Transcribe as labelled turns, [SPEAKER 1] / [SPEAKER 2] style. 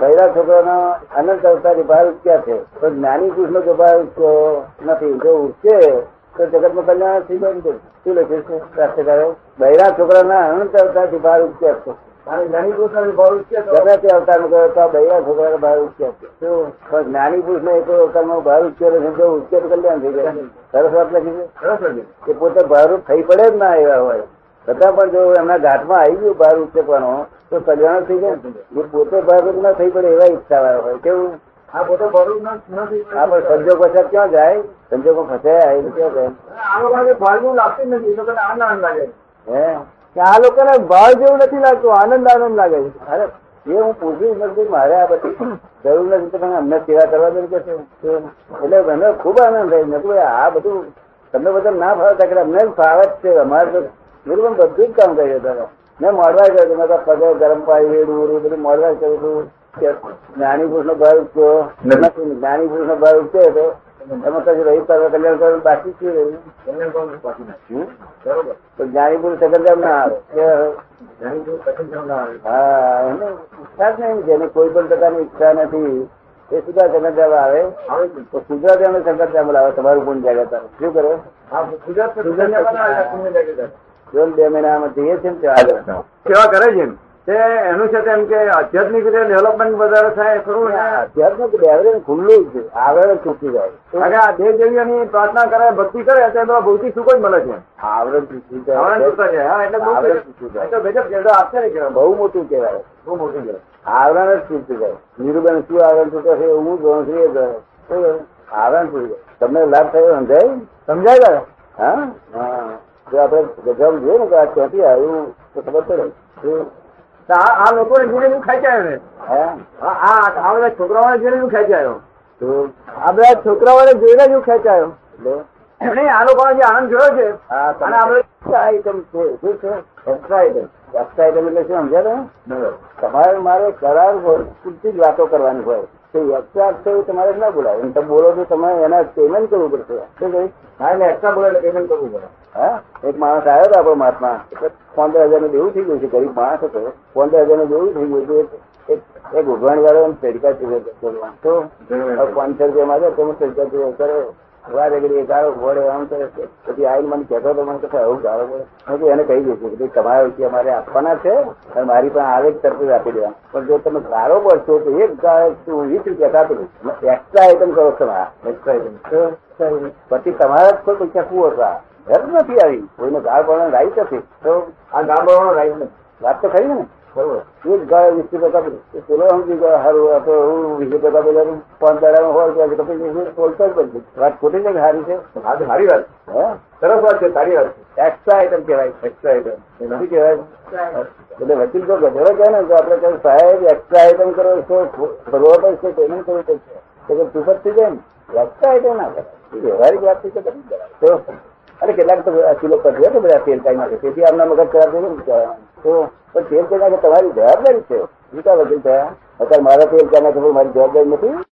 [SPEAKER 1] બૈરા છોકરાના અનંત અવતારી બહાર ઉચ્ચ્યા છે તો જ્ઞાની પુરુષનો જો બહાર ઉચ્ચ્યો નથી જો ઉચ્ચે તો જગતમાં કલ્યાણ થઈ જાય ને કોઈ. શું લખ્યું છે શાસ્ત્રકારો બૈરા છોકરાના અનંત અવતારથી બહાર ઉચ્ચ્યા છે
[SPEAKER 2] અને જ્ઞાની પુરુષના ભાવ ઉચ્ચે તો
[SPEAKER 1] ગમે તે અવતારનો કહ્યો તો આ બૈરા છોકરાના બહાર ઉચ્ચ્યા છે શું? પણ જ્ઞાની પુરુષનો એક અવતારમાં બહાર ઉચ્ચ્યો નથી જો ઉચ્ચે તો કલ્યાણ થઈ જાય સરસ વાત લખી છે
[SPEAKER 2] સરસ લાગે.
[SPEAKER 1] કે પોતે ભારૂપ થઈ પડે જ ના એવા હોય છતાં પણ જો એમના ઘાટમાં આવી ગયું ભાર ઉચ્ચકવાનો તો કલ્યાણ થઈ જાય ને. એ પોતે ભારૂપ ના થઈ પડે એવા ઈચ્છા વાળા હોય કેવું
[SPEAKER 2] આ પોતે ભાવરૂપ ન- નથી.
[SPEAKER 1] આ પણ સંજોગ વસાત ક્યાં જાય સંજોગો ફસાયા એટલે ક્યાં જાય
[SPEAKER 2] આ લોકોને ભાવરૂપ લાગતું જ નથી. એ લોકોને આનંદ આનંદ લાગે.
[SPEAKER 1] હે
[SPEAKER 3] કે આ લોકોને ભાવ જેવું નથી લાગતું આનંદ આનંદ લાગે છે
[SPEAKER 1] અરે એ હું પૂછ્યું જ નથી મારે આ બધી જરૂર નથી તમે અમને સેવા કરવા દે કે છે. એટલે મને ખૂબ આનંદ થાય મેં કીધું, આ બધું તમને બધા ના ફાવતા કે અમને જ ફાવે જ છે અમારે તો ગુરુમાં બધું જ કામ કર્યું તમે મેં મોડવા કર્યું હતું. મેં તો પગે ગરમ પાણી રેડું ઉડું બધું મોડવા કર્યું હતું કે જ્ઞાની પુરુષ નો ભાવ ઉઠ્યો નથી જ્ઞાની પુરુષ નો ભાવ ઉઠ્યો તો તમે કશું રહી કરવા કલ્યાણ કરવાનું બાકી શું રહ્યું
[SPEAKER 2] એમને પણ બાકી નથી.
[SPEAKER 1] હમ?
[SPEAKER 2] બરોબર.
[SPEAKER 1] તો જ્ઞાની પુરુષ સગન કેમ ના આવે કે
[SPEAKER 2] જ્ઞાની પુરુષ કશું જ ના આવે.
[SPEAKER 1] હા એને ઈચ્છા જ નહીં જેને કોઈ પણ પ્રકારની ઈચ્છા નથી એ સુધા સંગત્યામાં આવે
[SPEAKER 2] આવે જ નહીં.
[SPEAKER 1] તો સુધરા તેને સંગત્યામાં લાવે તમારું ગુણ જાગે તારે. શું કરે
[SPEAKER 2] આ ગુજરાત પર દુનિયા પણ આ શૂન્ય લાગે છે.
[SPEAKER 1] જોન બે મહિનામાં જઈએ છે ને ત્યાં આગળ.
[SPEAKER 3] સેવા કરે છે એમ. તે એનું છે તેમ કે આધ્યાત્મિક રીતે ડેવલપમેન્ટ વધારે થાય ખરું
[SPEAKER 1] અને
[SPEAKER 3] ને
[SPEAKER 1] આ અત્યારનું બેવરેજ ખુલ્લું જ છે આવરણ છૂટી જાય
[SPEAKER 3] કારણ કે આ દેહ દેવીઓની પ્રાર્થના કરે ભક્તિ કરે તે તો ભૌતિક સુખ જ મળે છે
[SPEAKER 1] આવરણ છૂટી જાય.
[SPEAKER 3] આવરણ છૂટતા જાય. હા, એટલે બહુ
[SPEAKER 1] આવરણ
[SPEAKER 3] ગજબ.
[SPEAKER 1] છૂટી
[SPEAKER 3] એ
[SPEAKER 1] જાય.
[SPEAKER 3] તો ગજબ છે. એ તો આપશે ને કહેવાય.
[SPEAKER 1] બહુ મોટું કહેવાય
[SPEAKER 2] બહુ મોટી છે.
[SPEAKER 1] આવરણ જ છૂટી જાય નીરુબેન શું આવરણ છૂટે છે હું જોઉં છું એ જાણે. શું કરે? આવરણ છૂટી જાય તમને લાભ થયો
[SPEAKER 3] સમજાય
[SPEAKER 1] સમજાય
[SPEAKER 3] દાદા
[SPEAKER 1] હા હા જો આપણે ગજામ જોઈએ ને કે આ ક્યાંથી આવ્યું તો ખબર પડે શું?
[SPEAKER 3] તો આ આ લોકોને જોડે હું ખેંચાયો ને
[SPEAKER 1] હા
[SPEAKER 3] આ આ- આ બધા છોકરાઓને જોઈને હું ખેંચાયો
[SPEAKER 1] શું?
[SPEAKER 3] આ બધા છોકરાઓને જોઈને જ હું ખેંચાયો
[SPEAKER 1] એટલે
[SPEAKER 3] એમણે આ લોકોનો જે આનંદ જોયો છે
[SPEAKER 1] આ તમે-
[SPEAKER 3] અને આપણે-
[SPEAKER 1] એક્સ્ટ્રા આઈટમ છે શું છે એક્સ્ટ્રા આઈટમ એક્સ્ટ્રા આઈટમ એટલે શું સમજ્યા તમે
[SPEAKER 2] બરોબર.
[SPEAKER 1] તમારે મારે કરાર હોય પૂરતી જ વાતો કરવાની હોય તો એક્સ્ટ્રા છે એવું તમારે ના બોલાય અને તમે બોલો તો તમારે એના પેમેન્ટ કરવું પડશે શું કહ્યું
[SPEAKER 2] હા, એટલે extra બોલે એટલે payment કરવું પડે.
[SPEAKER 1] હા એક માણસ આવ્યો હતો આપણો મહાત્મા એટલે પંદર હજાર નું દેવું થઈ ગયું છે ગરીબ માણસ હતો પંદર હજાર નું દેવું થઈ ગયું હતું એક એક ઉઘવાણ વાળો એમ તડકા ચૂક્યો તો હવે પાંચસો રૂપિયા મારે તો હું તડકા ચૂક્યો કરે વાર એકડી એ ગાળો ઘોડે આમ કરે છે. પછી આવીને મને કહેતો હતો મને કહે આવું ગાળો પડે હું કીધું એને કહી દઈશું કે ભાઈ તમારા રૂપિયા મારે આપવાના છે અને મારી પાસે આવે જ તરત જ આપી દેવા પણ જો તમે ગાળો પડશો તો એક ગાળો તો વીસ રૂપિયા કાપી દઉં એક્સ્ટ્રા આઈટમ કરો તમારા
[SPEAKER 2] Extra item.
[SPEAKER 1] પછી તમારા જ કોઈ પૈસા કુવો હતા ઘર નથી આવી કોઈને ગાળ પડવાની રાઈટ નથી તો
[SPEAKER 2] આ ગામડાઓનો right નથી.
[SPEAKER 1] વાત તો ખરી ને
[SPEAKER 2] બરોબર.
[SPEAKER 1] એ જ ગાળ વીસ રૂપિયા કાપી દે. એ પેલો સમજી ગયો હારું આ તો હું વીસ રૂપિયા કાપી લઉં પાંચ દાડામાં હોય ત્યાં તો પછી બોલતો જ બનશે વાત ખોટી છે કે સારી છે
[SPEAKER 2] આ તો સારી વાત છે.
[SPEAKER 1] હે
[SPEAKER 2] સરસ વાત છે સારી વાત છે
[SPEAKER 1] એક્સ્ટ્રા આઈટમ કહેવાય
[SPEAKER 2] એક્સ્ટ્રા item. એ
[SPEAKER 1] શું
[SPEAKER 2] નથી
[SPEAKER 1] કહેવાય એટલે વકીલ તો ગધેડો કહે ને તો આપણે કહે સાહેબ એક્સ્ટ્રા આઈટમ કરો છો ભરવો પડશે પેમેન્ટ કરવું પડશે તો કે ચૂપ જ થઈ જાય ને એક્સ્ટ્રા આઈટમ ના કરાય એ વ્યવહારિક વાત થઈ છે બધી જ કરાય. તો અરે કેટલાક તો આ કિલો કઢવે તો બધા તેલ કાઢી નાખે તેથી આમના મગજ ખરાબ થઈ જાય ને તો પણ તેલ કાઢી નાખે તમારી જવાબદારી છે બીજા વકીલ થયા અત્યારે મારા તેલ કાઢી નાખે પણ મારી જવાબદારી નથી